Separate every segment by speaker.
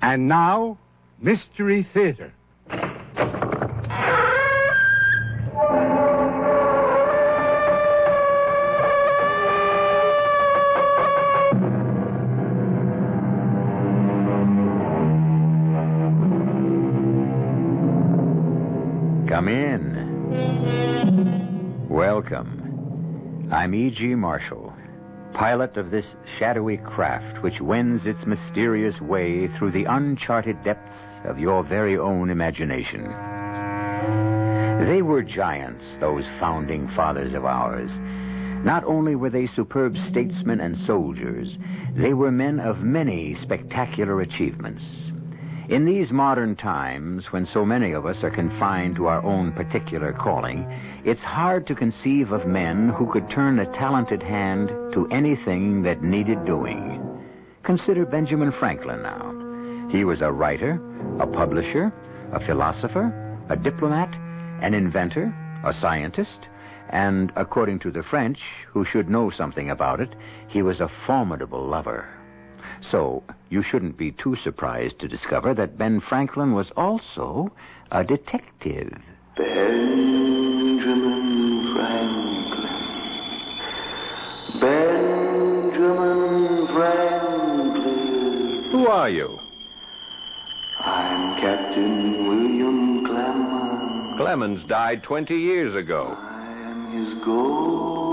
Speaker 1: And now, Mystery Theater.
Speaker 2: Come in. Welcome. I'm E.G. Marshall, pilot of this shadowy craft which wends its mysterious way through the uncharted depths of your very own imagination. They were giants, those founding fathers of ours. Not only were they superb statesmen and soldiers, they were men of many spectacular achievements. In these modern times, when so many of us are confined to our own particular calling, it's hard to conceive of men who could turn a talented hand to anything that needed doing. Consider Benjamin Franklin now. He was a writer, a publisher, a philosopher, a diplomat, an inventor, a scientist, and, according to the French, who should know something about it, he was a formidable lover. So, you shouldn't be too surprised to discover that Ben Franklin was also a detective.
Speaker 3: Benjamin Franklin. Benjamin Franklin.
Speaker 4: Who are you?
Speaker 3: I'm Captain William Clemens.
Speaker 4: Clemens died 20 years ago.
Speaker 3: I am his ghost.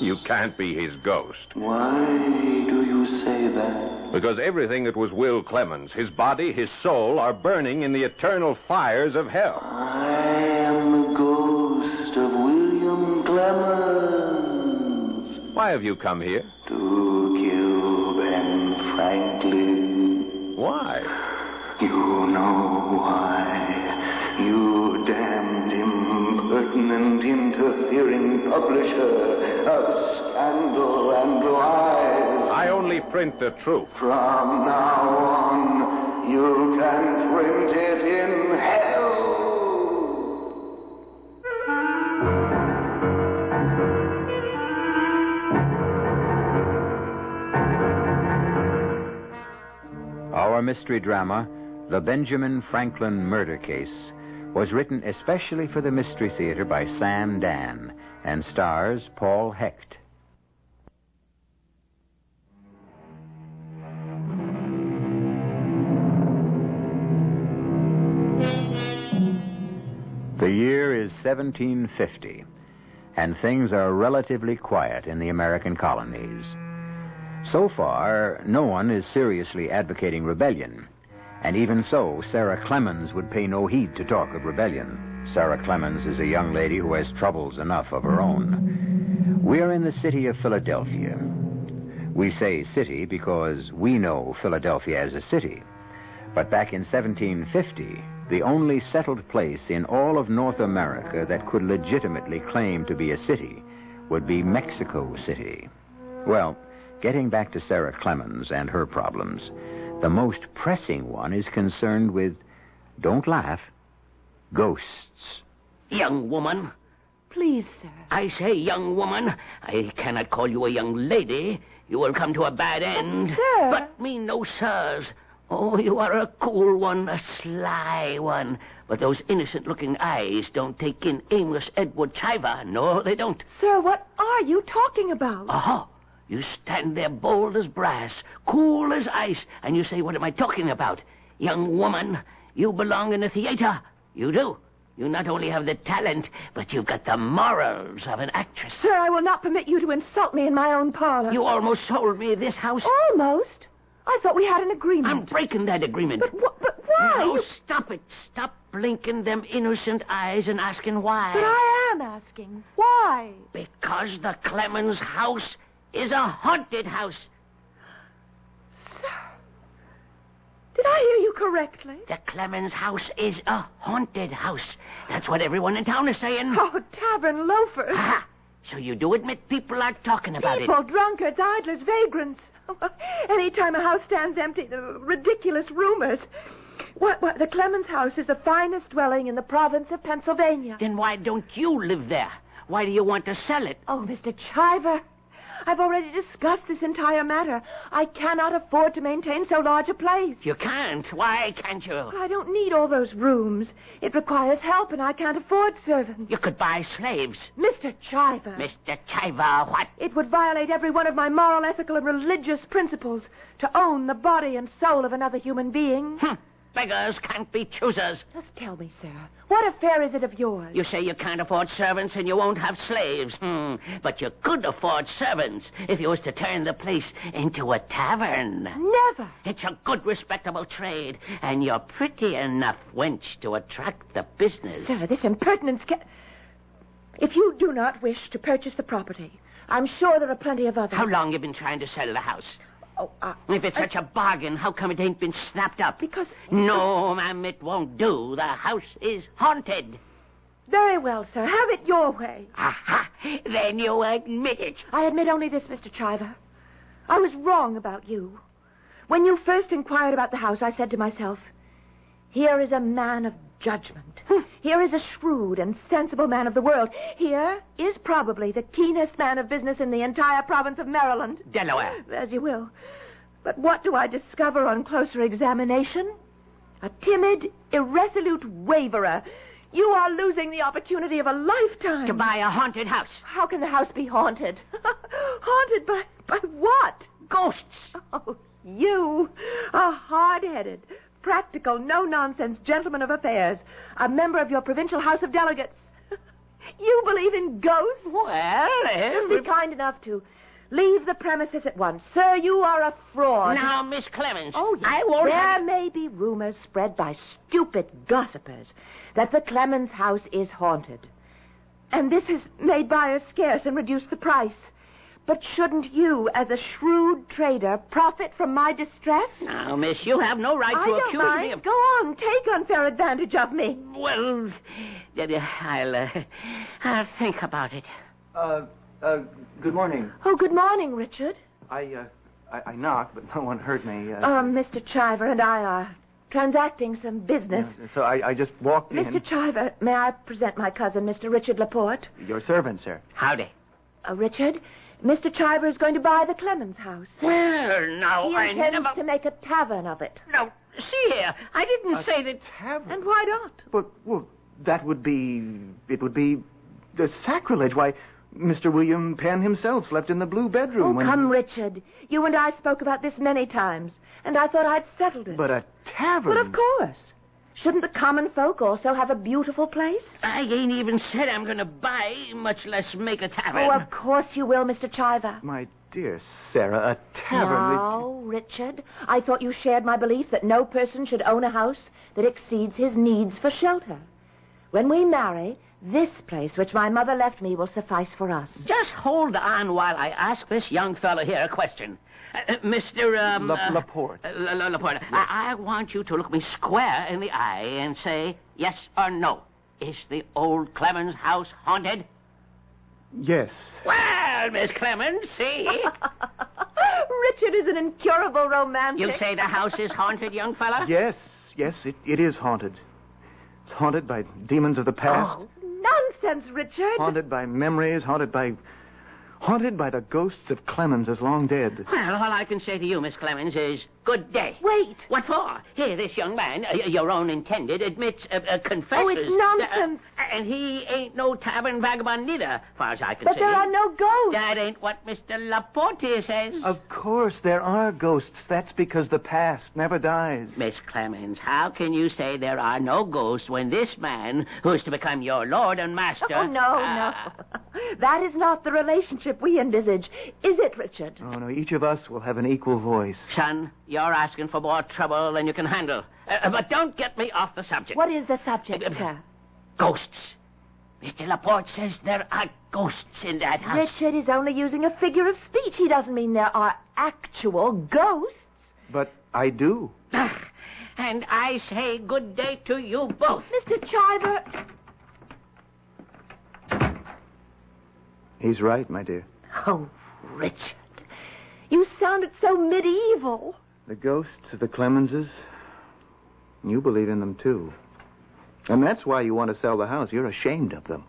Speaker 4: You can't be his ghost.
Speaker 3: Why do you say that?
Speaker 4: Because everything that was Will Clemens, his body, his soul, are burning in the eternal fires of hell.
Speaker 3: I am the ghost of William Clemens.
Speaker 4: Why have you come here?
Speaker 3: To kill Ben Franklin.
Speaker 4: Why?
Speaker 3: You know why. You damned impertinent interfering publisher of scandal and lies.
Speaker 4: I only print the truth.
Speaker 3: From now on, you can print it in hell.
Speaker 2: Our mystery drama, The Benjamin Franklin Murder Case, was written especially for the Mystery Theater by Sam Dan and stars Paul Hecht. The year is 1750, and things are relatively quiet in the American colonies. So far, no one is seriously advocating rebellion. And even so, Sarah Clemens would pay no heed to talk of rebellion. Sarah Clemens is a young lady who has troubles enough of her own. We're in the city of Philadelphia. We say city because we know Philadelphia as a city. But back in 1750, the only settled place in all of North America that could legitimately claim to be a city would be Mexico City. Well, getting back to Sarah Clemens and her problems, the most pressing one is concerned with, don't laugh, ghosts.
Speaker 5: Young woman.
Speaker 6: Please, sir.
Speaker 5: I say, young woman. I cannot call you a young lady. You will come to a bad end.
Speaker 6: sir-
Speaker 5: But me no sirs. Oh, you are a cool one, a sly one. But those innocent looking eyes don't take in aimless Edward Chiver. No, they don't.
Speaker 6: Sir, what are you talking about?
Speaker 5: Aha! Uh-huh. You stand there bold as brass, cool as ice, and you say, What am I talking about? Young woman, you belong in a theater. You do. You not only have the talent, but you've got the morals of an actress.
Speaker 6: Sir, I will not permit you to insult me in my own parlor.
Speaker 5: You almost sold me this house.
Speaker 6: Almost. I thought we had an agreement.
Speaker 5: I'm breaking that agreement.
Speaker 6: But what? But why?
Speaker 5: No,
Speaker 6: You-
Speaker 5: stop it. Stop blinking them innocent eyes and asking why.
Speaker 6: But I am asking why.
Speaker 5: Because the Clemens house is a haunted house.
Speaker 6: Did I hear you correctly?
Speaker 5: The Clemens house is a haunted house. That's what everyone in town is saying.
Speaker 6: Oh, tavern loafers,
Speaker 5: Aha! So you do admit people are talking about
Speaker 6: people,
Speaker 5: it.
Speaker 6: drunkards, idlers, vagrants. Any time a house stands empty, the ridiculous rumors. What? What? The Clemens House is the finest dwelling in the province of Pennsylvania.
Speaker 5: Then why don't you live there? Why do you want to sell it?
Speaker 6: Oh, Mr. Chiver, I've already discussed this entire matter. I cannot afford to maintain so large a place.
Speaker 5: You can't. Why can't you?
Speaker 6: I don't need all those rooms. It requires help, and I can't afford servants.
Speaker 5: You could buy slaves.
Speaker 6: Mr. Chiver.
Speaker 5: Mr. Chiver, what?
Speaker 6: It would violate every one of my moral, ethical, and religious principles to own the body and soul of another human being.
Speaker 5: Hm. Beggars can't be choosers.
Speaker 6: Just tell me, sir, what affair is it of yours?
Speaker 5: You say you can't afford servants and you won't have slaves. Hmm. But you could afford servants if you was to turn the place into a tavern.
Speaker 6: Never.
Speaker 5: It's a good, respectable trade, and you're pretty enough wench to attract the business.
Speaker 6: Sir, this impertinence can... If you do not wish to purchase the property, I'm sure there are plenty of others.
Speaker 5: How long you been trying to sell the house?
Speaker 6: Oh, uh,
Speaker 5: If it's such a bargain, how come it ain't been snapped up?
Speaker 6: Because-
Speaker 5: No, ma'am, it won't do. The house is haunted.
Speaker 6: very well, sir. Have it your way.
Speaker 5: Aha! Then you admit it.
Speaker 6: I admit only this, Mr. Chiver. I was wrong about you. When you first inquired about the house, I said to myself, here is a man of judgment. Here is a shrewd and sensible man of the world. Here is probably the keenest man of business in the entire province of Maryland.
Speaker 5: Delaware.
Speaker 6: As you will. But what do I discover on closer examination? A timid, irresolute waverer. You are losing the opportunity of a lifetime.
Speaker 5: To buy a haunted house.
Speaker 6: How can the house be haunted? haunted by, by what?
Speaker 5: Ghosts.
Speaker 6: Oh, you, a hard headed, practical, no nonsense gentleman of affairs, a member of your provincial House of Delegates. you believe in ghosts?
Speaker 5: Well,
Speaker 6: Just be
Speaker 5: every...
Speaker 6: kind enough to leave the premises at once. Sir, you are a fraud.
Speaker 5: Now, Miss Clemens.
Speaker 6: Oh, yes.
Speaker 5: I won't.
Speaker 6: There
Speaker 5: have-
Speaker 6: may be rumors spread by stupid gossipers that the Clemens house is haunted. And this has made buyers scarce and reduced the price. But shouldn't you, as a shrewd trader, profit from my distress?
Speaker 5: Now, Miss, you have no right
Speaker 6: I
Speaker 5: to
Speaker 6: don't
Speaker 5: accuse me
Speaker 6: mind.
Speaker 5: of.
Speaker 6: Go on, take unfair advantage of me.
Speaker 5: Well, then, uh, I'll, uh, I'll think about it.
Speaker 7: Uh, uh, good morning.
Speaker 6: Oh, good morning, Richard.
Speaker 7: I, uh, I, I knocked, but no one heard me. Uh,
Speaker 6: Um, Mr. Chiver and I are transacting some business.
Speaker 7: so I, I just walked
Speaker 6: Mr. Chiver, may I present my cousin, Mr. Richard Laporte?
Speaker 7: in. Your servant, sir.
Speaker 5: Howdy.
Speaker 6: Uh, Richard, Mr. Chiver is going to buy the Clemens house.
Speaker 5: Well, now,
Speaker 6: He
Speaker 5: I
Speaker 6: intends
Speaker 5: never.
Speaker 6: to make a tavern of it.
Speaker 5: No, see here. I didn't say that.
Speaker 7: Tavern.
Speaker 6: And why not?
Speaker 7: But, well, that would be. It would be. The sacrilege. Why, Mr. William Penn himself slept in the blue bedroom
Speaker 6: Oh,
Speaker 7: when.
Speaker 6: come, Richard. You and I spoke about this many times, and I thought I'd settled it.
Speaker 7: But uh, a tavern.
Speaker 6: But of course. Shouldn't the common folk also have a beautiful place?
Speaker 5: I ain't even said I'm going to buy, much less make a tavern.
Speaker 6: Oh, of course you will, Mr. Chiver.
Speaker 7: My dear Sarah, uh, a tavern.
Speaker 6: Now, Richard, I thought you shared my belief that no person should own a house that exceeds his needs for shelter. When we marry, this place which my mother left me will suffice for us.
Speaker 5: Just hold on while I ask this young fellow here a question. Uh, uh, Mr. Um,
Speaker 7: La- Laporte.
Speaker 5: Uh, La- La- Laporte, I-, I want you to look me square in the eye and say yes or no. Is the old Clemens house haunted?
Speaker 7: Yes.
Speaker 5: Well, Miss Clemens, see?
Speaker 6: Richard is an incurable romantic.
Speaker 5: you say the house is haunted, young
Speaker 6: Uh.
Speaker 5: fella?
Speaker 7: Yes. Yes, it, it is haunted. It's haunted by demons of the past.
Speaker 6: Oh, Nonsense, Richard.
Speaker 7: Haunted by memories, haunted by. haunted by the ghosts of Clemens as long dead.
Speaker 5: Well, all I can say to you, Miss Clemens, is good day.
Speaker 6: Wait.
Speaker 5: What for? Here, this young man, uh, y- your own intended, admits, uh, uh, confesses.
Speaker 6: Oh, it's nonsense.
Speaker 5: Uh, and he ain't no tavern vagabond neither, far as I can
Speaker 6: But
Speaker 5: see.
Speaker 6: there are no ghosts.
Speaker 5: That ain't what Mr. Laporte says.
Speaker 7: Of course, there are ghosts. That's because the past never dies.
Speaker 5: Miss Clemens, how can you say there are no ghosts when this man, who's to become your lord and master...
Speaker 6: Oh, no,
Speaker 5: uh,
Speaker 6: no. That is not the relationship we envisage. Is it, Richard?
Speaker 7: Oh, no, each of us will have an equal voice.
Speaker 5: Son, you're asking for more trouble than you can handle. Uh, but don't get me off the subject.
Speaker 6: What is the subject, sir?
Speaker 5: Ghosts. Mr. Laporte says there are ghosts in that house.
Speaker 6: Richard is only using a figure of speech. He doesn't mean there are actual ghosts.
Speaker 7: But I do.
Speaker 5: And I say good day to you both.
Speaker 6: Mr. Chiver.
Speaker 7: He's right, my dear.
Speaker 6: Oh, Richard. You sounded so medieval.
Speaker 7: The ghosts of the Clemenses, you believe in them, too. And that's why you want to sell the house. You're ashamed of them.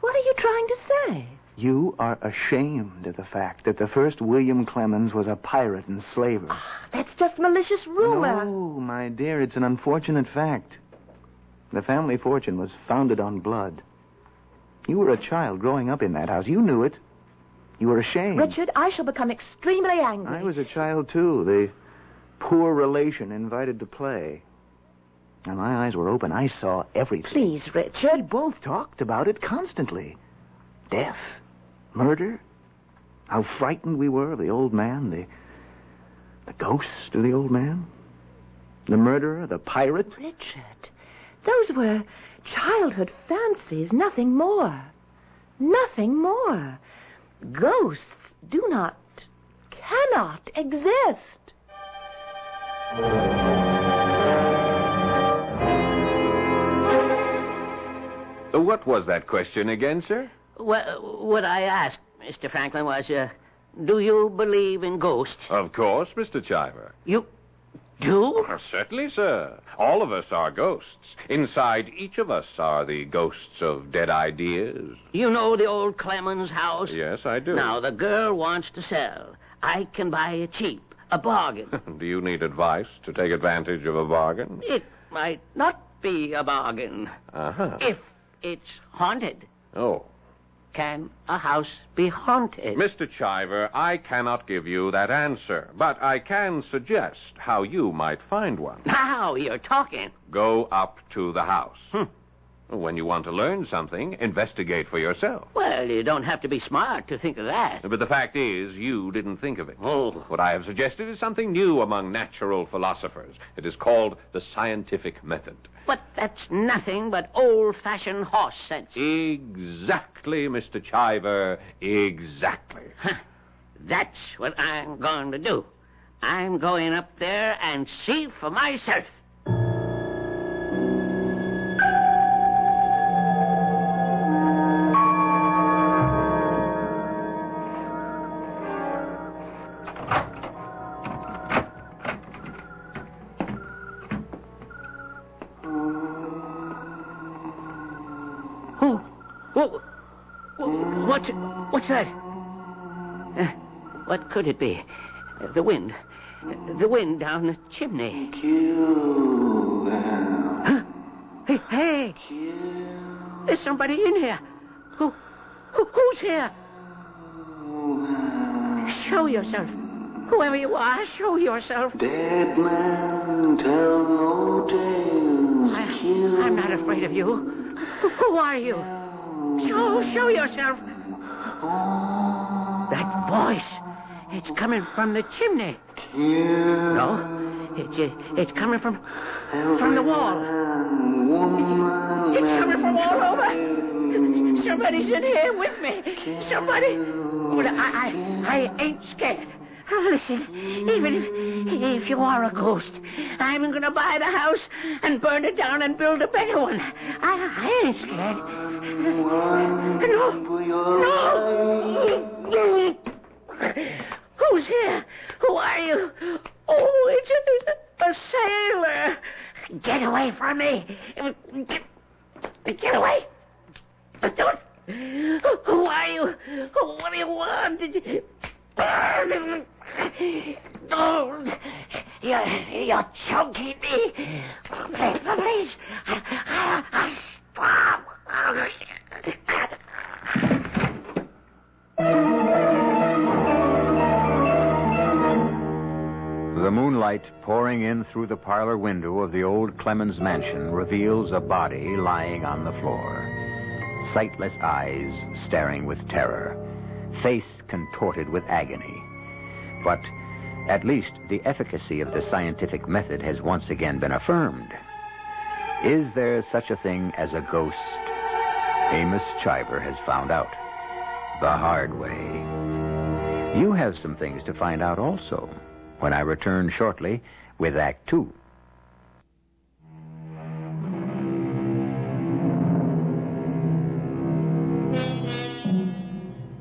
Speaker 6: What are you trying to say?
Speaker 7: You are ashamed of the fact that the first William Clemens was a pirate and slaver.
Speaker 5: Ah.
Speaker 6: That's just malicious rumor.
Speaker 7: No, my dear, it's an unfortunate fact. The family fortune was founded on blood. You were a child growing up in that house. You knew it. You were ashamed.
Speaker 6: Richard, I shall become extremely angry.
Speaker 7: I was a child, too. The poor relation invited to play. And my eyes were open. I saw everything.
Speaker 6: Please, Richard.
Speaker 7: We both talked about it constantly. Death, murder, how frightened we were of the old man, the the ghost of the old man, the murderer, the pirate.
Speaker 6: Richard, those were childhood fancies, nothing more. Nothing more. Ghosts do not, cannot exist.
Speaker 4: Uh, What was that question again, sir?
Speaker 5: Well, what I asked, Mr. Franklin, was, uh, do you believe in ghosts?
Speaker 4: Of course, Mr. Chiver.
Speaker 5: You do?
Speaker 4: Uh, Certainly, sir. All of us are ghosts. Inside each of us are the ghosts of dead ideas.
Speaker 5: You know the old Clemens house?
Speaker 4: Yes, I do.
Speaker 5: Now, the girl wants to sell. I can buy it cheap, a bargain.
Speaker 4: Do you need advice to take advantage of a bargain?
Speaker 5: it might not be a bargain
Speaker 4: Uh huh.
Speaker 5: if it's haunted.
Speaker 4: Oh.
Speaker 5: Can a house be haunted?
Speaker 4: Mr. Chiver, I cannot give you that answer, but I can suggest how you might find one.
Speaker 5: Now you're talking.
Speaker 4: Go up to the house.
Speaker 5: Hmm.
Speaker 4: When you want to learn something, investigate for yourself.
Speaker 5: Well, you don't have to be smart to think of that.
Speaker 4: But the fact is, you didn't think of it.
Speaker 5: Oh.
Speaker 4: What I have suggested is something new among natural philosophers. It is called the scientific method.
Speaker 5: But that's nothing but old fashioned horse sense.
Speaker 4: Exactly, Mr. Chiver. Exactly.
Speaker 5: That's what I'm going to do. I'm going up there and see for myself. Who? Who? wh- What? What's that? Uh, what could it be? Uh, the wind. Uh, the wind down the chimney.
Speaker 3: Kill them.
Speaker 5: Hey, hey! There's somebody in here. Who? who who's here? Show yourself. Whoever you are, show yourself.
Speaker 3: Dead man, tell no tales.
Speaker 5: I,
Speaker 3: Kill
Speaker 5: I'm not afraid of you. Who, who are you? Show, show yourself. That voice. It's coming from the chimney.
Speaker 3: Kill
Speaker 5: No, it's it's coming from from the wall.
Speaker 3: man, woman,
Speaker 5: It's
Speaker 3: and
Speaker 5: coming from all
Speaker 3: child.
Speaker 5: over. Somebody's in here with me. Somebody. Well, I I, I ain't scared. Listen, even if if you are a ghost, I'm going to buy the house and burn it down and build a better one. I, I ain't scared. No, no. Hmm. Who's here? Who are you? Oh, it's a, a sailor. Get away from me. Get, get away. Don't. Who are you? What do you want? Did you... Don't. Oh, You're, you're choking me. Please, please. I, I, I stop.
Speaker 2: The moonlight pouring in through the parlor window of the old Clemens mansion reveals a body lying on the floor. Sightless eyes staring with terror, face contorted with agony. But at least the efficacy of the scientific method has once again been affirmed. Is there such a thing as a ghost? Amos Chiver has found out the hard way. You have some things to find out also when I return shortly with Act Two.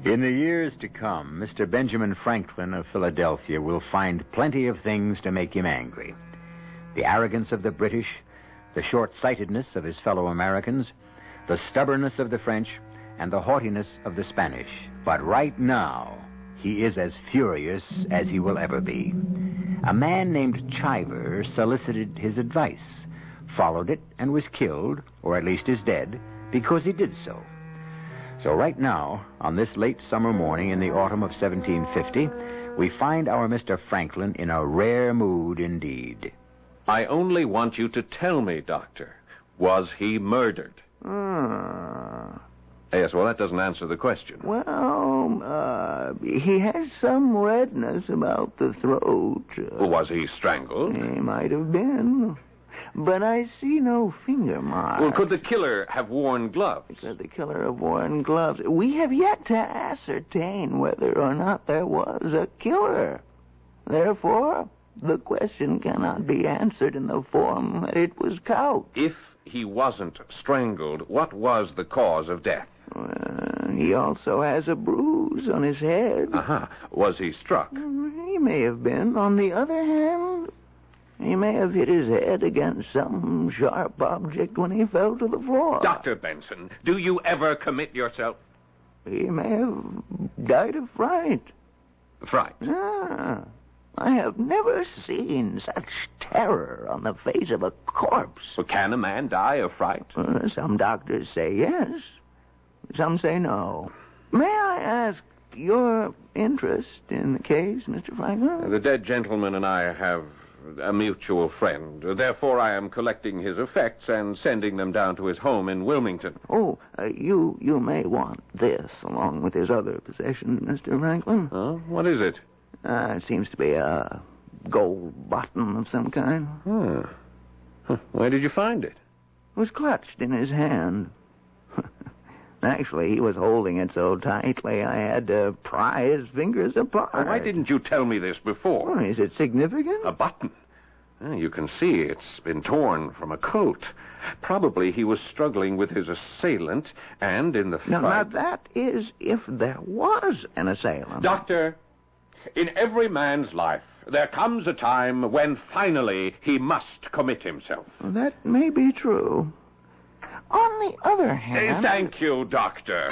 Speaker 2: In the years to come, Mr. Benjamin Franklin of Philadelphia will find plenty of things to make him angry. The arrogance of the British, the short sightedness of his fellow Americans, the stubbornness of the French, and the haughtiness of the Spanish. But right now, he is as furious as he will ever be. A man named Chiver solicited his advice, followed it, and was killed, or at least is dead, because he did so. So, right now, on this late summer morning in the autumn of 1750, we find our Mr. Franklin in a rare mood indeed.
Speaker 4: I only want you to tell me, Doctor, was he murdered?
Speaker 8: Ah.
Speaker 4: Yes, well, that doesn't answer the question.
Speaker 8: Well, uh, he has some redness about the throat. Uh,
Speaker 4: Was he strangled?
Speaker 8: He might have been. But I see no finger mark.
Speaker 4: Well, could the killer have worn gloves?
Speaker 8: Said the killer of worn gloves. We have yet to ascertain whether or not there was a killer. Therefore, the question cannot be answered in the form that it was couched.
Speaker 4: If he wasn't strangled, what was the cause of death?
Speaker 8: Uh, he also has a bruise on his head.
Speaker 4: Uh-huh. Was he struck?
Speaker 8: He may have been. On the other hand, he may have hit his head against some sharp object when he fell to the floor.
Speaker 4: Dr. Benson, do you ever commit yourself?
Speaker 8: He may have died of fright.
Speaker 4: Fright.
Speaker 8: Ah, I have never seen such terror on the face of a corpse.
Speaker 4: Well, can a man die of fright?
Speaker 8: Uh, some doctors say yes, some say no. May I ask your interest in the case, Mr. Franklin?
Speaker 4: The dead gentleman and I have a mutual friend. Therefore, I am collecting his effects and sending them down to his home in Wilmington.
Speaker 8: Oh, uh, you you may want this along with his other possessions, Mr. Franklin.
Speaker 4: Huh? What is it?
Speaker 8: Uh,
Speaker 7: Ah,
Speaker 8: it seems to be a gold button of some kind. It
Speaker 4: Huh. Huh. Where did you find it?
Speaker 8: was clutched in his hand. Actually, he was holding it so tightly I had to pry his fingers apart.
Speaker 4: Why didn't you tell me this before?
Speaker 8: Well, is it significant?
Speaker 4: A button. Uh, You can see it's been torn from a coat. Probably he was struggling with his assailant, and in the fight.
Speaker 8: no, now that is if there was an assailant.
Speaker 4: Doctor, in every man's life, there comes a time when finally he must commit himself.
Speaker 8: That may be true. On the other
Speaker 4: Eh,
Speaker 8: hand,
Speaker 4: Thank you, Doctor.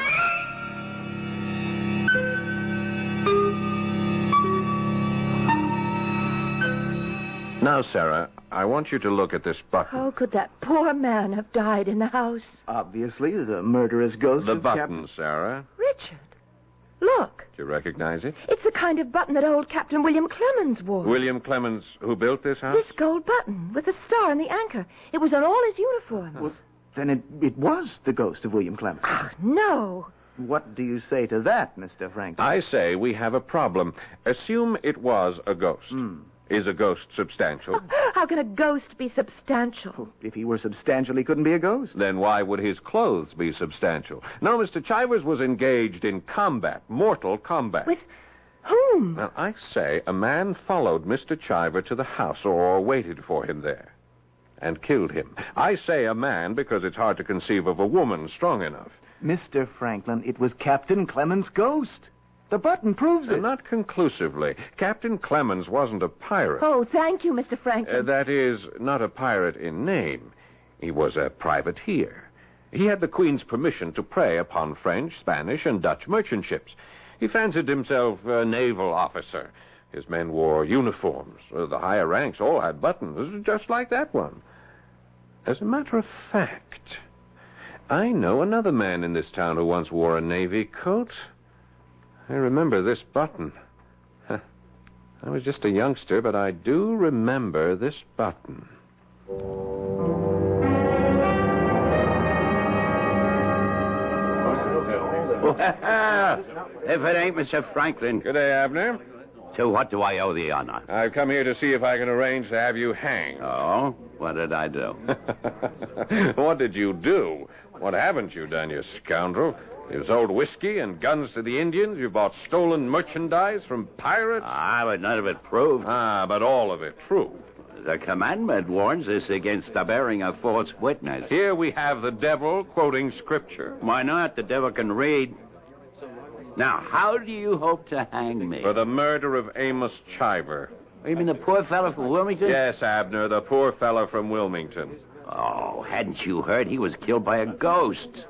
Speaker 4: Now, Sarah, I want you to look at this button.
Speaker 6: How could that poor man have died in the house?
Speaker 8: obviously the murderous ghost
Speaker 4: the
Speaker 8: of Cap-
Speaker 4: button, Sarah.
Speaker 6: Richard, look.
Speaker 4: Do you recognize it?
Speaker 6: It's the kind of button that old Captain William Clemens wore.
Speaker 4: William Clemens, who built this house?
Speaker 6: This gold button with the star and the anchor. It was on all his uniforms.
Speaker 8: Then it, it was the ghost of William Clemens.
Speaker 6: Ah, no.
Speaker 8: What do you say to that, Mr. Franklin?
Speaker 4: I say we have a problem. Assume it was a ghost.
Speaker 8: Hmm.
Speaker 4: Is a ghost substantial?
Speaker 6: How can a ghost be substantial?
Speaker 8: If he were substantial, he couldn't be a ghost.
Speaker 4: then why would his clothes be substantial? No, Mr. Chivers was engaged in combat, mortal combat.
Speaker 6: With whom?
Speaker 4: Now, I say a man followed Mr. Chiver to the house or waited for him there and killed him. I say a man because it's hard to conceive of a woman strong enough.
Speaker 8: Mr. Franklin, it was Captain Clemens' ghost. The button proves it.
Speaker 4: Not conclusively. Captain Clemens wasn't a pirate.
Speaker 6: Oh, thank you, Mr.
Speaker 4: Uh,
Speaker 6: Franklin.
Speaker 4: that is, not a pirate in name. He was a privateer. He had the Queen's permission to prey upon French, Spanish, and Dutch merchant ships. He fancied himself a naval officer. His men wore uniforms. Uh, The higher ranks all had buttons, just like that one. As a matter of fact, I know another man in this town who once wore a navy coat. I remember this button. I was just a youngster, but I do remember this button.
Speaker 9: Ah, If it ain't Mr. Franklin,
Speaker 4: Good day, Abner.
Speaker 9: to what do I owe the honor?
Speaker 4: I've come here to see if I can arrange to have you hanged.
Speaker 9: Oh, what did I do?
Speaker 4: what did you do? What haven't you done, you scoundrel? You've sold whiskey and guns to the Indians. You bought stolen merchandise from pirates.
Speaker 9: I would Ah, none of it prove.
Speaker 4: Ah, but all of it true.
Speaker 9: The commandment warns us against the bearing of false witness.
Speaker 4: Here we have the devil quoting scripture.
Speaker 9: Why not? The devil can read. Now, how do you hope to hang me?
Speaker 4: For the murder of Amos Chiver.
Speaker 9: You mean the poor fellow from Wilmington?
Speaker 4: Yes, Abner, the poor fellow from Wilmington.
Speaker 9: Oh, hadn't you heard he was killed by a ghost?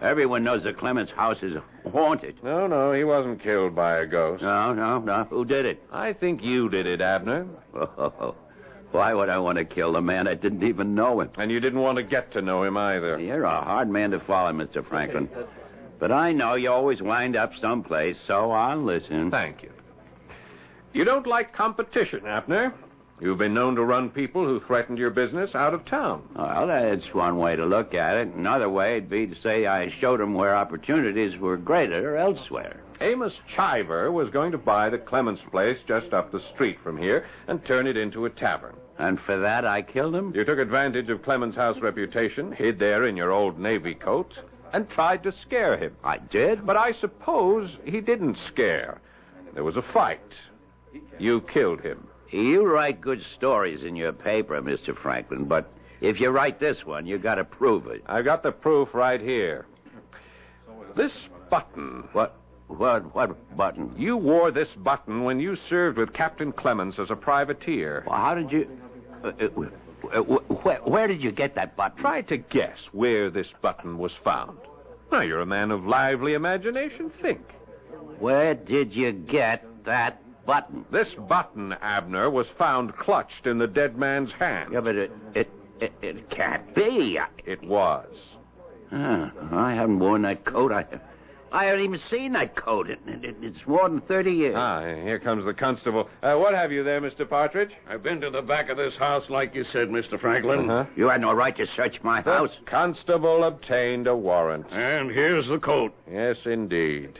Speaker 9: Everyone knows that Clement's house is haunted.
Speaker 4: No, no, he wasn't killed by a ghost.
Speaker 9: No, no, no. Who did it?
Speaker 4: I think you did it, Abner.
Speaker 9: Why would I want to kill a man I didn't even know him?
Speaker 4: And you didn't want to get to know him either.
Speaker 9: You're a hard man to follow, Mr. Franklin. But I know you always wind up someplace, so I'll listen.
Speaker 4: Thank you. You don't like competition, Abner. You've been known to run people who threatened your business out of town.
Speaker 9: Well, that's one way to look at it. Another way would be to say I showed them where opportunities were greater elsewhere.
Speaker 4: Amos Chiver was going to buy the Clemens place just up the street from here and turn it into a tavern.
Speaker 9: And for that, I killed him?
Speaker 4: You took advantage of Clemens' house reputation, hid there in your old Navy coat, and tried to scare him.
Speaker 9: I did?
Speaker 4: But I suppose he didn't scare. There was a fight. You killed him.
Speaker 9: You write good stories in your paper, Mr. Franklin, but if you write this one, you got to prove it.
Speaker 4: I got the proof right here. This button.
Speaker 9: What, what, what button?
Speaker 4: You wore this button when you served with Captain Clemens as a privateer.
Speaker 9: Well, how did you? Uh, uh, uh, wh- where, where did you get that button?
Speaker 4: Try to guess where this button was found. Now, you're a man of lively imagination. Think.
Speaker 9: Where did you get that button?
Speaker 4: This button, Abner, was found clutched in the dead man's hand.
Speaker 9: Yeah, but it it it, it can't be. I,
Speaker 4: It was.
Speaker 9: Ah, I haven't worn that coat. I I haven't even seen that coat. It, it, it's more than thirty years.
Speaker 4: Ah, here comes the constable. Uh, what have you there, Mr. Partridge?
Speaker 10: I've been to the back of this house, like you said, Mr. Franklin.
Speaker 4: Uh-huh.
Speaker 9: You had no right to search my house.
Speaker 4: Constable obtained a warrant.
Speaker 10: And here's the coat.
Speaker 4: Yes, indeed.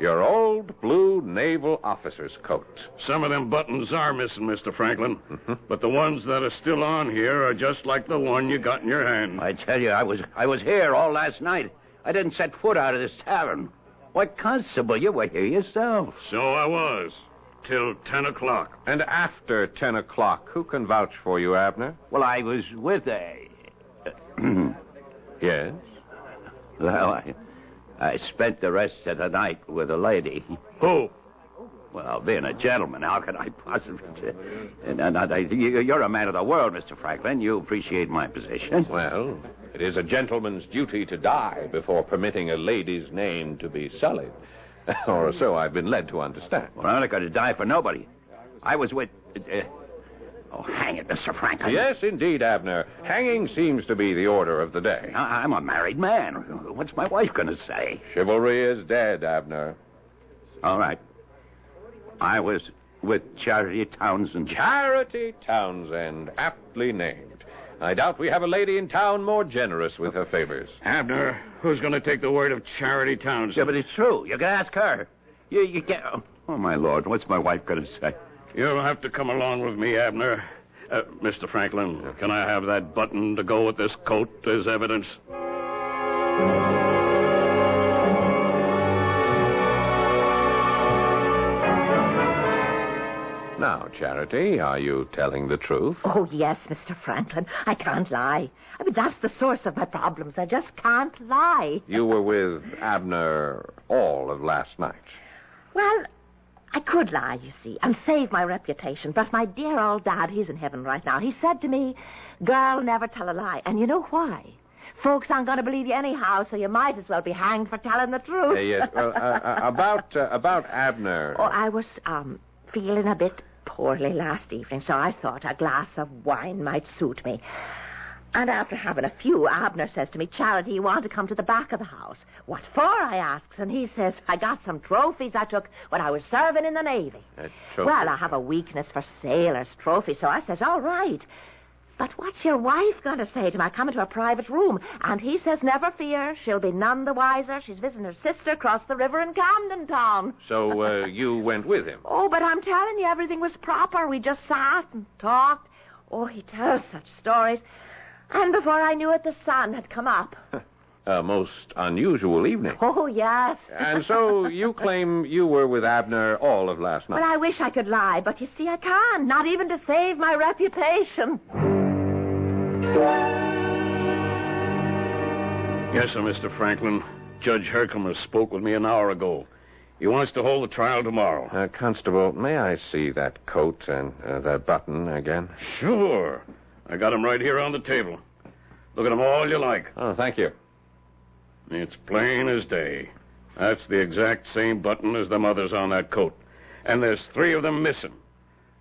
Speaker 4: Your old blue naval officer's coat.
Speaker 10: Some of them buttons are missing, Mr. Franklin.
Speaker 9: Mm-hmm.
Speaker 10: But the ones that are still on here are just like the one you got in your hand.
Speaker 9: I tell you, I was I was here all last night. I didn't set foot out of this tavern. Why, constable, you were here yourself.
Speaker 10: So I was. Till 10 o'clock.
Speaker 4: And after 10 o'clock, who can vouch for you, Abner?
Speaker 9: Well, I was with a.
Speaker 4: Yes.
Speaker 9: Well, I, I spent the rest of the night with a lady.
Speaker 10: Who?
Speaker 9: Well, being a gentleman, how could I possibly? t- And, and I, you- you're a man of the world, Mr. Franklin. You appreciate my position.
Speaker 4: Well, it is a gentleman's duty to die before permitting a lady's name to be sullied. or so I've been led to understand.
Speaker 9: Well, I'm not going to die for nobody. I was with. Uh, oh, hang it, Mr. Franklin.
Speaker 4: Yes, indeed, Abner. Hanging seems to be the order of the day.
Speaker 9: I, I'm a married man. What's my wife going to say?
Speaker 4: Chivalry is dead, Abner.
Speaker 9: All right. I was with Charity Townsend.
Speaker 4: Charity Townsend, aptly named. I doubt we have a lady in town more generous with her favors.
Speaker 10: Abner, who's going to take the word of Charity
Speaker 9: Yeah,
Speaker 10: Townsend?
Speaker 9: but it's true. You can ask her. You, you can't. Oh, my Lord. What's my wife going to say?
Speaker 10: You'll have to come along with me, Abner. Uh, Mr. Franklin, can I have that button to go with this coat as evidence?
Speaker 4: Now, Charity, are you telling the truth?
Speaker 6: Oh, yes, Mr. Franklin. I can't lie. I mean, that's the source of my problems. I just can't lie.
Speaker 4: You were with Abner all of last night.
Speaker 6: Well, I could lie, you see, and save my reputation, but my dear old dad, he's in heaven right now. He said to me, Girl, never tell a lie. And you know why? Folks aren't going to believe you anyhow, so you might as well be hanged for telling the truth.
Speaker 4: Uh, yes, well, uh, uh, about uh, about Abner.
Speaker 6: Oh, I was um, feeling a bit poorly last evening, so I thought a glass of wine might suit me. And after having a few, Abner says to me, Charity, you want to come to the back of the house. What for? I asks. And he says, I got some trophies I took when I was serving in the Navy.
Speaker 4: Uh, trophy.
Speaker 6: Well, I have a weakness for sailors' trophies, so I says, all right. But what's your wife going to say to my coming to a private room? And he says, never fear. She'll be none the wiser. She's visiting her sister across the river in Camden Town.
Speaker 4: So uh, you went with him.
Speaker 6: Oh, but I'm telling you, everything was proper. We just sat and talked. Oh, he tells such stories. And before I knew it, the sun had come up.
Speaker 4: A most unusual evening.
Speaker 6: Oh, yes.
Speaker 4: And so you claim you were with Abner all of last night.
Speaker 6: Well, I wish I could lie, but you see, I can't. Not even to save my reputation.
Speaker 10: Yes, sir, Mr. Franklin. Judge Herkimer spoke with me an hour ago. He wants to hold the trial tomorrow.
Speaker 4: Uh, Constable, may I see that coat and uh, that button again?
Speaker 10: Sure. I got 'em right here on the table. Look at 'em all you like.
Speaker 4: Oh, thank you.
Speaker 10: It's plain as day. That's the exact same button as the mother's on that coat. And there's three of them missing.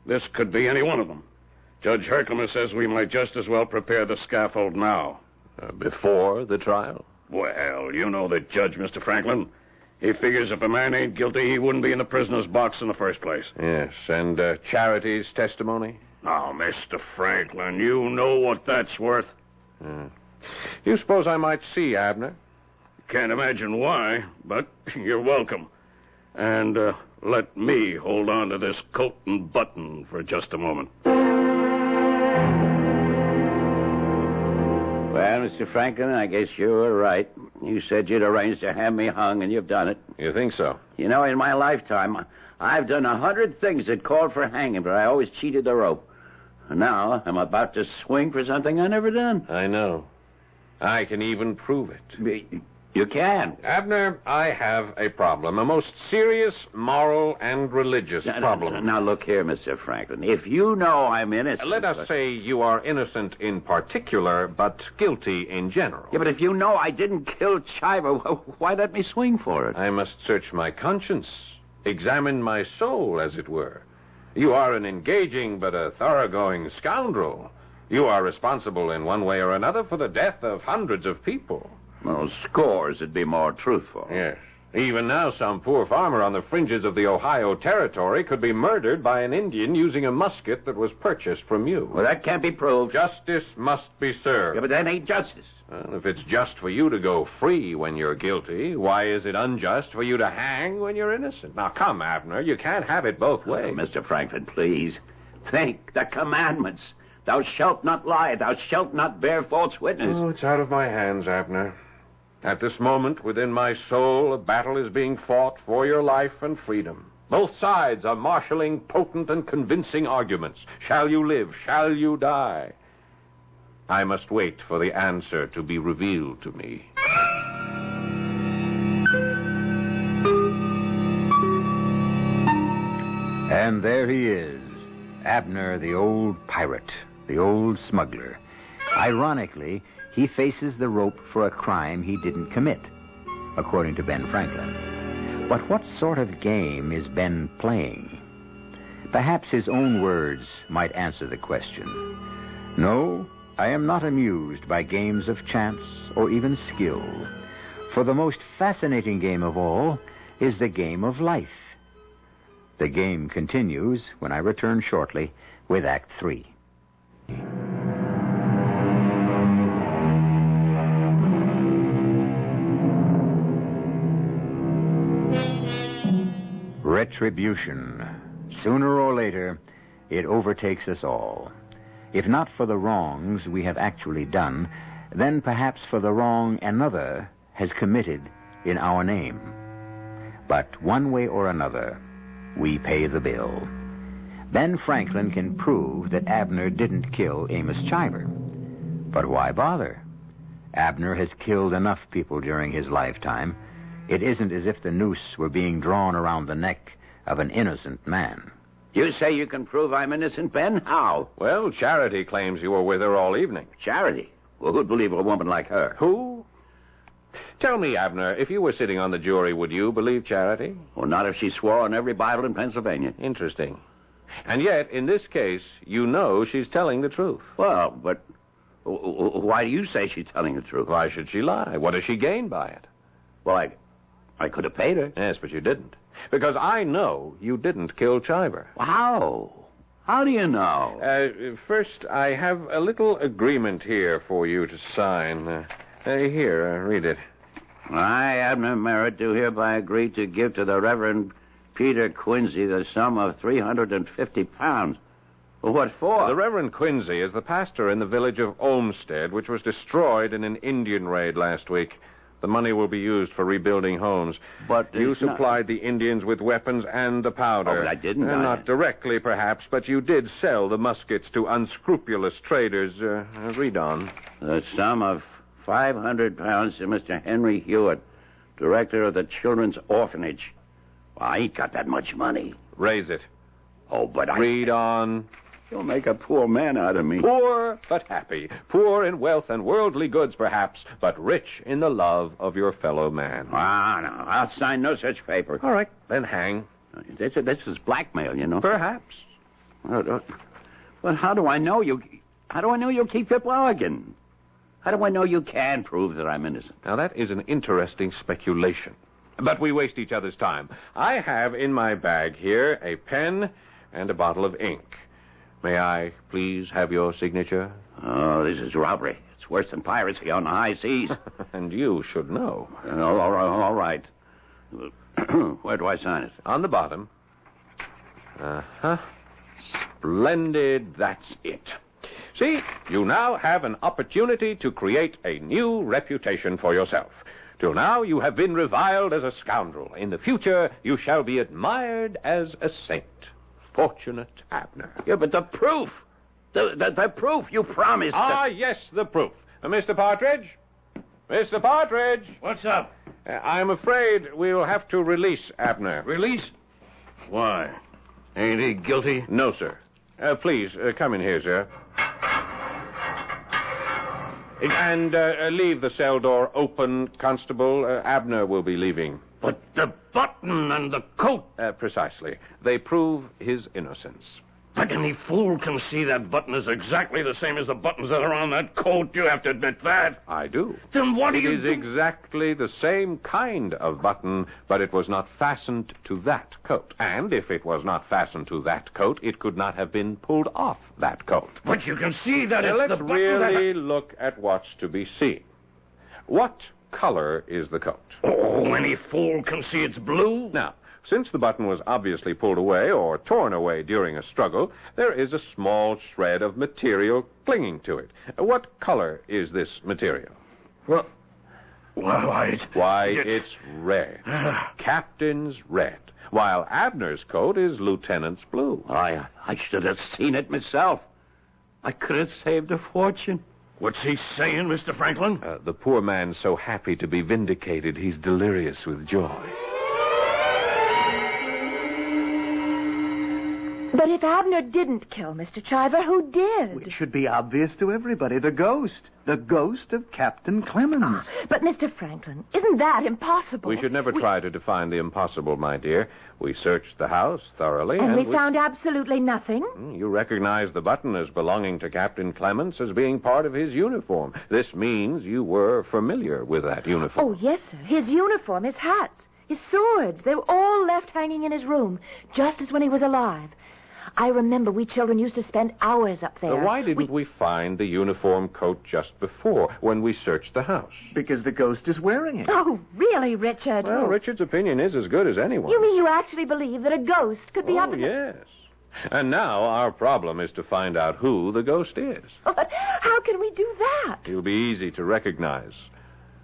Speaker 10: This could be any one of them. Judge Herkimer says we might just as well prepare the scaffold now.
Speaker 4: Uh, before the trial?
Speaker 10: Well, you know the judge, Mr. Franklin. He figures if a man ain't guilty, he wouldn't be in the prisoner's box in the first place.
Speaker 4: Yes, and uh, Charity's testimony?
Speaker 10: Now, Mr. Oh, Franklin, you know what that's worth.
Speaker 4: Hmm. You suppose I might see Abner?
Speaker 10: Can't imagine why, but you're welcome. And uh, let me hold on to this coat and button for just a moment.
Speaker 9: Well, Mr. Franklin, I guess you were right. You said you'd arranged to have me hung, and you've done it.
Speaker 4: You think so?
Speaker 9: You know, in my lifetime, I've done a hundred things that called for hanging, but I always cheated the rope. And now I'm about to swing for something I never done.
Speaker 4: I know. I can even prove it.
Speaker 9: You can.
Speaker 4: Abner, I have a problem, a most serious moral and religious problem.
Speaker 9: Now, look here, Mr. Franklin. If you know I'm innocent.
Speaker 4: Let us say you are innocent in particular, but guilty in general.
Speaker 9: Yeah, but if you know I didn't kill Chiver, why let me swing for it?
Speaker 4: I must search my conscience, examine my soul, as it were. You are an engaging but a thoroughgoing scoundrel. You are responsible in one way or another for the death of hundreds of people.
Speaker 9: Well, scores would be more truthful.
Speaker 4: Yes. Even now, some poor farmer on the fringes of the Ohio Territory could be murdered by an Indian using a musket that was purchased from you.
Speaker 9: Well, that can't be proved.
Speaker 4: Justice must be served.
Speaker 9: Yeah, but that ain't justice.
Speaker 4: Well, if it's just for you to go free when you're guilty, why is it unjust for you to hang when you're innocent? Now, come, Abner, you can't have it both
Speaker 9: Well,
Speaker 4: ways.
Speaker 9: Mr. Franklin, please. Think the commandments. Thou shalt not lie. Thou shalt not bear false witness.
Speaker 4: Oh, it's out of my hands, Abner. At this moment, within my soul, a battle is being fought for your life and freedom. Both sides are marshaling potent and convincing arguments. Shall you live? Shall you die? I must wait for the answer to be revealed to me.
Speaker 2: And there he is Abner, the old pirate, the old smuggler. Ironically, he faces the rope for a crime he didn't commit, according to Ben Franklin. But what sort of game is Ben playing? Perhaps his own words might answer the question. No, I am not amused by games of chance or even skill. For the most fascinating game of all is the game of life. The game continues when I return shortly with Act Three. Retribution. Sooner or later, it overtakes us all. If not for the wrongs we have actually done, then perhaps for the wrong another has committed in our name. But one way or another, we pay the bill. Ben Franklin can prove that Abner didn't kill Amos Chiver. But why bother? Abner has killed enough people during his lifetime. It isn't as if the noose were being drawn around the neck of an innocent man.
Speaker 9: You say you can prove I'm innocent, Ben? How?
Speaker 4: Well, Charity claims you were with her all evening.
Speaker 9: Charity. Well, who'd believe a woman like her?
Speaker 4: Who? Tell me, Abner, if you were sitting on the jury, would you believe Charity?
Speaker 9: Well, not if she swore on every Bible in Pennsylvania.
Speaker 4: Interesting. And yet, in this case, you know she's telling the truth.
Speaker 9: Well, but w- w- why do you say she's telling the truth?
Speaker 4: Why should she lie? What does she gain by it?
Speaker 9: Well, I, I could have paid her.
Speaker 4: Yes, but you didn't. Because I know you didn't kill Chiver.
Speaker 9: How? How do you know?
Speaker 4: Uh, first, I have a little agreement here for you to sign. Uh, uh, here, uh, read it.
Speaker 9: I, Abner Merritt, do hereby agree to give to the Reverend Peter Quincy the sum of 350 pounds. Well, what for?
Speaker 4: The Reverend Quincy is the pastor in the village of Olmsted, which was destroyed in an Indian raid last week. The money will be used for rebuilding homes.
Speaker 9: But
Speaker 4: you
Speaker 9: it's not-
Speaker 4: supplied the Indians with weapons and the powder.
Speaker 9: Oh, but I didn't,
Speaker 4: Uh,
Speaker 9: I-
Speaker 4: Not directly, perhaps, but you did sell the muskets to unscrupulous traders. Uh, uh, read on.
Speaker 9: the sum of 500 pounds to Mr. Henry Hewitt, director of the Children's Orphanage. Well, I ain't got that much money.
Speaker 4: Raise it.
Speaker 9: Oh, but I.
Speaker 4: Read on.
Speaker 9: You'll make a poor man out of me.
Speaker 4: Poor but happy, poor in wealth and worldly goods, perhaps, but rich in the love of your fellow man.
Speaker 9: Ah, no. I'll sign no such paper.
Speaker 4: All right, then hang.
Speaker 9: This, this is blackmail, you know.
Speaker 4: Perhaps.
Speaker 9: But, uh, but how do I know you? How do I know you'll keep your bargain? How do I know Oh, you can prove that I'm innocent?
Speaker 4: Now, that is an interesting speculation. But we waste each other's time. I have in my bag here a pen and a bottle of ink. May I please have your signature?
Speaker 9: Oh, this is robbery. It's worse than piracy on the high seas.
Speaker 4: and you should know.
Speaker 9: Uh, all right. All right. Where do I sign it?
Speaker 4: On the bottom. Uh huh. Splendid. That's it. See, you now have an opportunity to create a new reputation for yourself. Till now, you have been reviled as a scoundrel. In the future, you shall be admired as a saint. Fortunate Abner.
Speaker 9: Yeah, but the proof. The, the, the proof you promised.
Speaker 4: Ah, yes, the proof. Uh, Mr. Partridge? Mr. Partridge?
Speaker 10: What's up?
Speaker 4: Uh, I'm afraid we'll have to release Abner.
Speaker 10: Release? Why? Ain't he guilty?
Speaker 4: No, sir. Uh, please, uh, come in here, sir. And uh, uh, leave the cell door open, Constable. Uh, Abner will be leaving.
Speaker 10: But the button and the coat.
Speaker 4: Uh, precisely. They prove his innocence.
Speaker 10: But any fool can see that button is exactly the same as the buttons that are on that coat. You have to admit that.
Speaker 4: I do.
Speaker 10: Then what do
Speaker 4: It
Speaker 10: you
Speaker 4: is
Speaker 10: do?
Speaker 4: exactly the same kind of button, but it was not fastened to that coat. And if it was not fastened to that coat, it could not have been pulled off that coat.
Speaker 10: But you can see that
Speaker 4: Now,
Speaker 10: it's the
Speaker 4: let's
Speaker 10: button
Speaker 4: really look at what's to be seen. What color is the coat?
Speaker 10: that... Oh, any fool can see it's blue.
Speaker 4: Now, since the button was obviously pulled away or torn away during a struggle, there is a small shred of material clinging to it. What color is this material?
Speaker 10: Well, well, I...
Speaker 4: Why,
Speaker 10: It's-
Speaker 4: it's red. Captain's red. While Abner's coat is lieutenant's blue.
Speaker 9: I, I should have seen it myself. I could have saved a fortune.
Speaker 10: What's he saying, Mr. Franklin?
Speaker 4: Uh, the poor man's so happy to be vindicated, he's delirious with joy.
Speaker 6: But if Abner didn't kill Mr. Chiver, who did?
Speaker 7: It should be obvious to everybody. The ghost. The ghost of Captain Clemens.
Speaker 6: But Mr. Franklin, isn't that impossible?
Speaker 4: We should never try to define the impossible, my dear. We searched the house thoroughly,
Speaker 6: And we found absolutely nothing.
Speaker 4: Hmm, You recognize the button as belonging to Captain Clements as being part of his uniform. This means you were familiar with that uniform.
Speaker 6: Oh, yes, sir. His uniform, his hats, his swords, they were all left hanging in his room, just as when he was alive. I remember we children used to spend hours up there.
Speaker 4: Then why didn't we... find the uniform coat just before when we searched the house?
Speaker 7: Because the ghost is wearing it. Oh.
Speaker 6: Oh, really, Richard?
Speaker 4: Well, Richard's opinion is as good as anyone.
Speaker 6: You mean you actually believe that a ghost could be up
Speaker 4: Oh,
Speaker 6: in the...
Speaker 4: yes. And now our problem is to find out who the ghost is.
Speaker 6: But how can we do that?
Speaker 4: He'll be easy to recognize.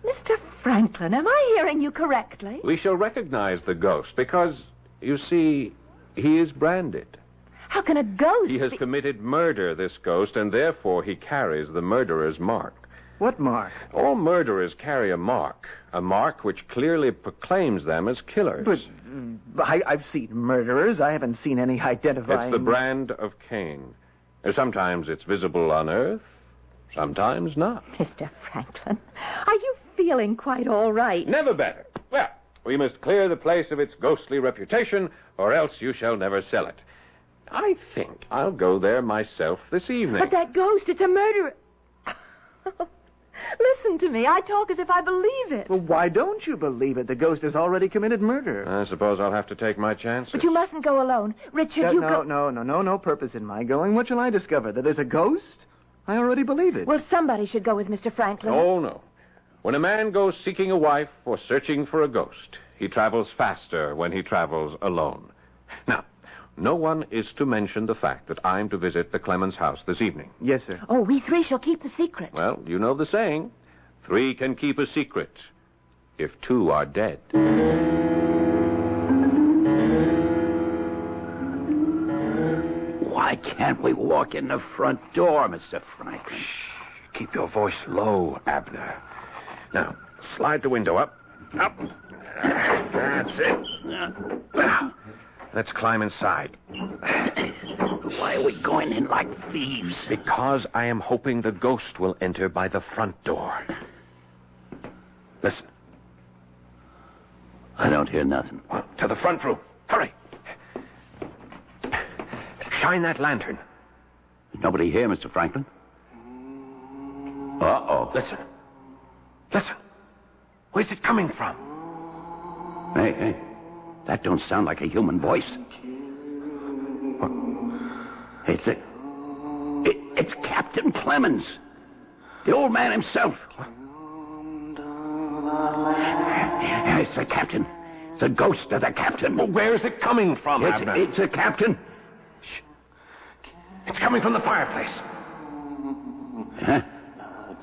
Speaker 6: Mr. Franklin, am I hearing you correctly?
Speaker 4: We shall recognize the ghost because, you see, he is branded.
Speaker 6: How can a ghost
Speaker 4: He has
Speaker 6: be...
Speaker 4: committed murder, this ghost, and therefore he carries the murderer's mark.
Speaker 7: What mark?
Speaker 4: All murderers carry a mark, a mark which clearly proclaims them as killers.
Speaker 7: But mm, I, I've seen murderers. I haven't seen any identifying.
Speaker 4: it's the brand of Cain. Uh, Sometimes it's visible on earth, sometimes not.
Speaker 6: Mr. Franklin, are you feeling quite all right?
Speaker 4: Never better. Well, we must clear the place of its ghostly reputation, or else you shall never sell it. I think I'll go there myself this evening.
Speaker 6: But that ghost, it's a murderer. Listen to me. I talk as if I believe it.
Speaker 7: Well, why don't you believe it? The ghost has already committed murder.
Speaker 4: I suppose I'll have to take my chances.
Speaker 6: But you mustn't go alone. Richard,
Speaker 7: no,
Speaker 6: you
Speaker 7: no,
Speaker 6: go.
Speaker 7: no, no, no, no purpose in my going. What shall I discover? That there's a ghost? I already believe it.
Speaker 6: Well, somebody should go with Mr. Franklin.
Speaker 4: Oh, no. When a man goes seeking a wife or searching for a ghost, he travels faster when he travels alone. Now, no one is to mention the fact that I'm to visit the Clemens house this evening.
Speaker 7: yes, sir.
Speaker 6: Oh, we three shall keep the secret.
Speaker 4: Well, you know the saying three can keep a secret if two are dead.
Speaker 9: Why can't we walk in the front door, Mr. Franklin?
Speaker 4: Keep your voice low, Abner. Now, slide the window up. Up. That's it. Let's climb inside.
Speaker 5: Why are we going in like thieves?
Speaker 4: Because I am hoping the ghost will enter by the front door. Listen.
Speaker 9: I don't hear nothing.
Speaker 4: To the front room. Hurry. Shine that lantern.
Speaker 9: There's nobody here, Mr. Franklin. Uh-oh.
Speaker 4: Mm. Listen. Listen. Where's it coming from?
Speaker 9: Hey, hey. That don't sound like a human voice. What? It's a. It, it's Captain Clemens. The old man himself. It's the captain. It's the ghost of the captain.
Speaker 4: Where is it coming from,
Speaker 9: It's,
Speaker 4: Abner?
Speaker 9: it's a captain.
Speaker 4: It's coming from the fireplace.
Speaker 9: Huh?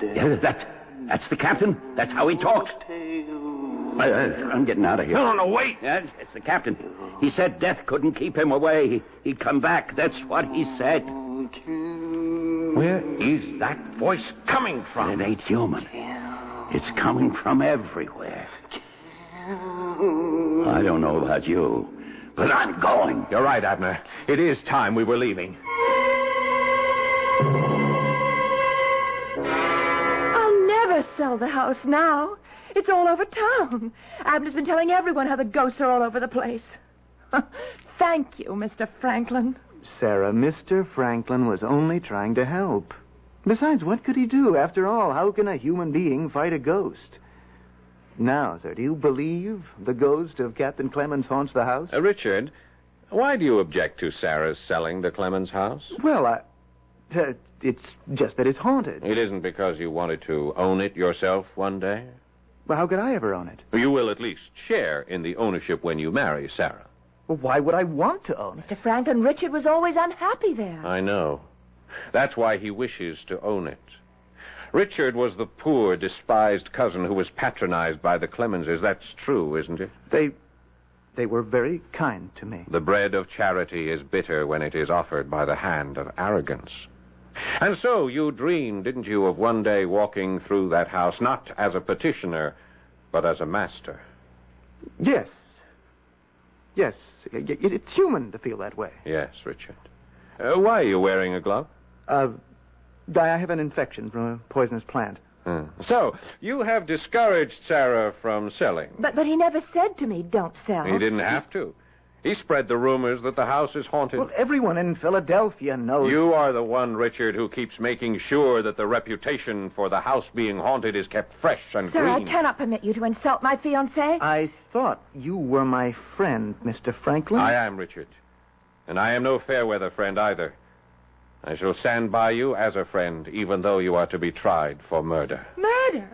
Speaker 9: Yeah, that, that's the captain. That's how he talks. I, am getting out of here.
Speaker 4: No, no, no, wait.
Speaker 9: Yeah, it's the captain. He said death couldn't keep him away. He, he'd come back. That's what he said.
Speaker 4: Where is that voice coming
Speaker 9: It
Speaker 4: from?
Speaker 9: ain't human. It's coming from everywhere. I don't know about you, but I'm going.
Speaker 4: You're right, Abner. It is time we were leaving.
Speaker 6: I'll never sell the house now. It's all over town. Abner's been telling everyone how the ghosts are all over the place. Thank you, Mr. Franklin.
Speaker 7: Sarah, Mr. Franklin was only trying to help. Besides, what could he do? After all, how can a human being fight a ghost? Now, sir, do you believe the ghost of Captain Clemens haunts the house?
Speaker 4: Uh, Richard, why do you object to Sarah's selling the Clemens house?
Speaker 7: Well, I. Uh, it's just that it's haunted.
Speaker 4: It isn't because you wanted to own it yourself one day?
Speaker 7: Well, how could I ever own it?
Speaker 4: You will at least share in the ownership when you marry Sarah.
Speaker 7: Well, why would I want to own it?
Speaker 6: Mr. Franklin, Richard was always unhappy there.
Speaker 4: I know. That's why he wishes to own it. Richard was the poor, despised cousin who was patronized by the Clemenses. That's true, isn't it?
Speaker 7: They. They were very kind to me.
Speaker 4: The bread of charity is bitter when it is offered by the hand of arrogance. And so you dreamed, didn't you, of one day walking through that house, not as a petitioner, but as a master.
Speaker 7: Yes. Yes. y- y- it- It's human to feel that way.
Speaker 4: Yes, Richard. Uh, why are you wearing a glove?
Speaker 7: Uh, I I have an infection from a poisonous plant.
Speaker 4: Hmm. So, you have discouraged Sarah from selling.
Speaker 6: But but he never said to me, "Don't sell."
Speaker 4: He didn't have to. He spread the rumors that the house is haunted.
Speaker 7: Well, oh. everyone in Philadelphia knows.
Speaker 4: You are the one, Richard, who keeps making sure that the reputation for the house being haunted is kept fresh and
Speaker 6: Sir,
Speaker 4: green.
Speaker 6: I cannot permit you to insult my fiancé.
Speaker 7: I thought you were my friend, Mr. Franklin.
Speaker 4: I uh, am, Richard. And I am no fair weather friend either. I shall stand by you as a friend, even though you are to be tried for murder.
Speaker 6: Murder,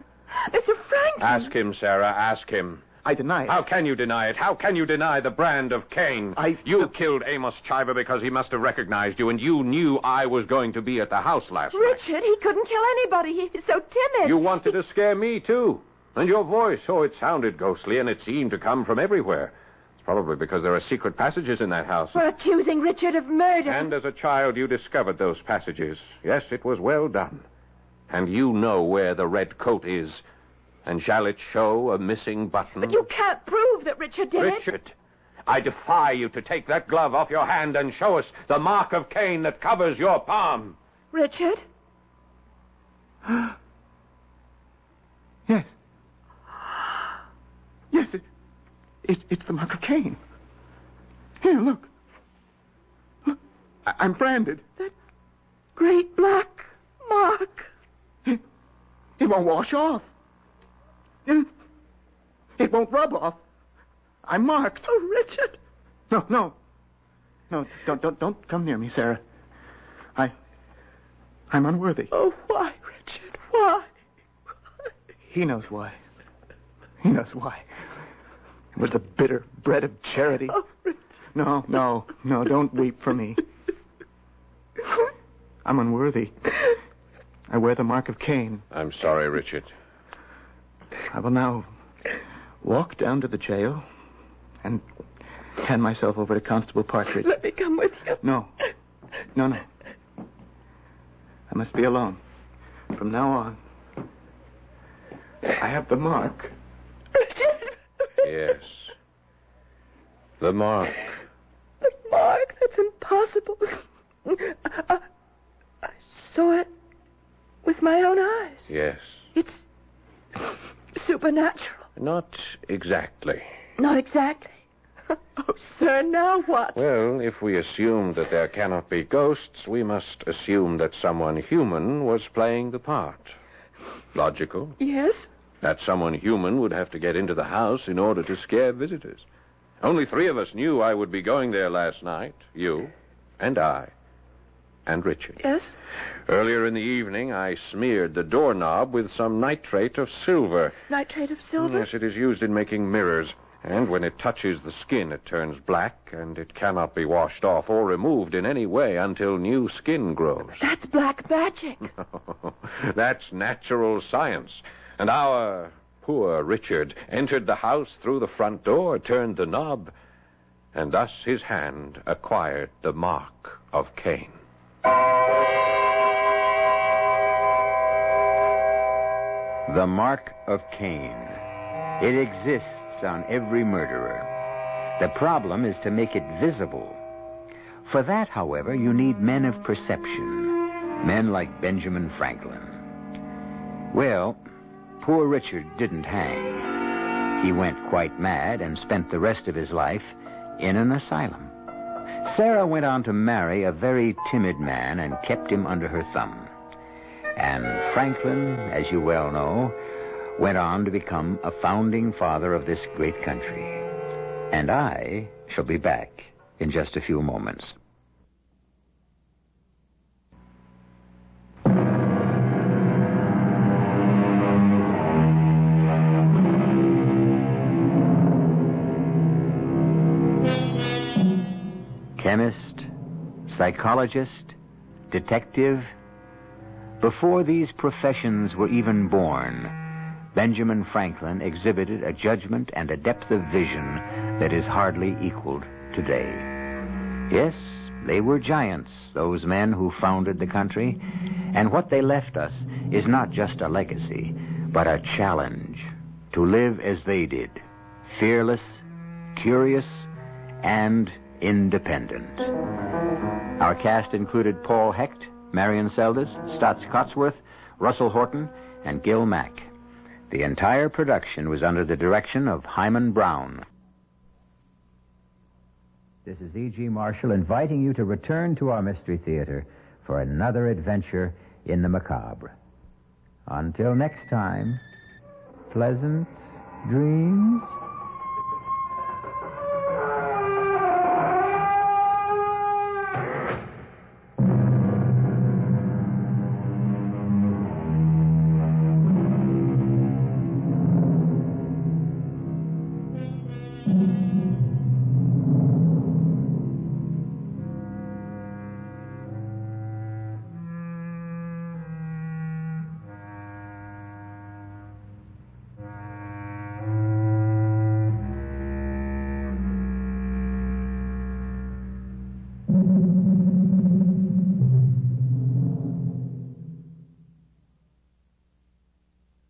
Speaker 6: Mr. Franklin.
Speaker 4: Ask him, Sarah, ask him.
Speaker 7: I deny it.
Speaker 4: How can you deny it? How can you deny the brand of Cain?
Speaker 7: I-
Speaker 4: You killed Amos Chiver because he must have recognized you, and you knew I was going to be at the house last night.
Speaker 6: Richard, he couldn't kill anybody. He's so timid.
Speaker 4: You wanted to scare me, too. And your voice, oh, it sounded ghostly, and it seemed to come from everywhere. It's probably because there are secret passages in that house.
Speaker 6: for accusing Richard of murder.
Speaker 4: And as a child, you discovered those passages. Yes, it was well done. And you know where the red coat is. And shall it show a missing button?
Speaker 6: You can't prove that Richard did it.
Speaker 4: Richard, I defy you to take that glove off your hand and show us the mark of Cain that covers your palm.
Speaker 6: Richard,
Speaker 7: Yes. Yes, it, it, it's the mark of Cain. Here, look. Look. I, I'm branded.
Speaker 6: great black mark.
Speaker 7: It won't wash off. It, it won't rub off. I'm marked.
Speaker 6: Oh, Richard.
Speaker 7: No, no. No, don't, don't, don't come near me, Sarah. I, I'm unworthy.
Speaker 6: Oh, why, Richard? Why?
Speaker 7: He knows why. He knows why. It was the bitter bread of charity. No, no, no, don't weep for me. I'm unworthy. I wear the mark of Cain.
Speaker 4: I'm sorry, Richard.
Speaker 7: I will now walk down to the jail and hand myself over to Constable Partridge.
Speaker 6: Let me come with you.
Speaker 7: No. No, no. I must be alone. From now on, I have the mark.
Speaker 4: Yes. The mark
Speaker 6: possible. I, I saw it with my own eyes.
Speaker 4: Yes.
Speaker 6: It's supernatural.
Speaker 4: Not exactly.
Speaker 6: Not exactly. Oh, sir, now what?
Speaker 4: Well, if we assume that there cannot be ghosts, we must assume that someone human was playing the part. Logical.
Speaker 6: Yes?
Speaker 4: That someone human would have to get into the house in order to scare visitors. Only three of us knew I would be going there last night you, and I, and Richard.
Speaker 6: Yes?
Speaker 4: Earlier in the evening, I smeared the doorknob with some nitrate of silver.
Speaker 6: Nitrate of silver?
Speaker 4: Yes, it is used in making mirrors. And when it touches the skin, it turns black, and it cannot be washed off or removed in any way until new skin grows.
Speaker 6: That's black magic.
Speaker 4: That's natural science. And our poor Richard entered the house through the front door, turned the knob, and thus his hand acquired the mark of Cain.
Speaker 2: The Mark of Cain. It exists on every murderer. The problem is to make it visible. For that, however, you need men of perception, men like Benjamin Franklin. Well, poor Richard didn't hang. He went quite mad and spent the rest of his life in an asylum. Sarah went on to marry a very timid man and kept him under her thumb. And Franklin, as you well know, went on to become a founding father of this great country. And I shall be back in just a few moments. Chemist, psychologist, detective, before these professions were even born, Benjamin Franklin exhibited a judgment and a depth of vision that is hardly equaled today. Yes, they were giants, those men who founded the country, and what they left us is not just a legacy, but a challenge to live as they did fearless, curious, and independent. Our cast included Paul Hecht, Marion Seldes, Stotts Cotsworth, Russell Horton, and Gil Mack. The entire production was under the direction of Hyman Brown. This is E E.G. Marshall inviting you to return to our Mystery Theater for another adventure in the macabre. Until next time, pleasant dreams.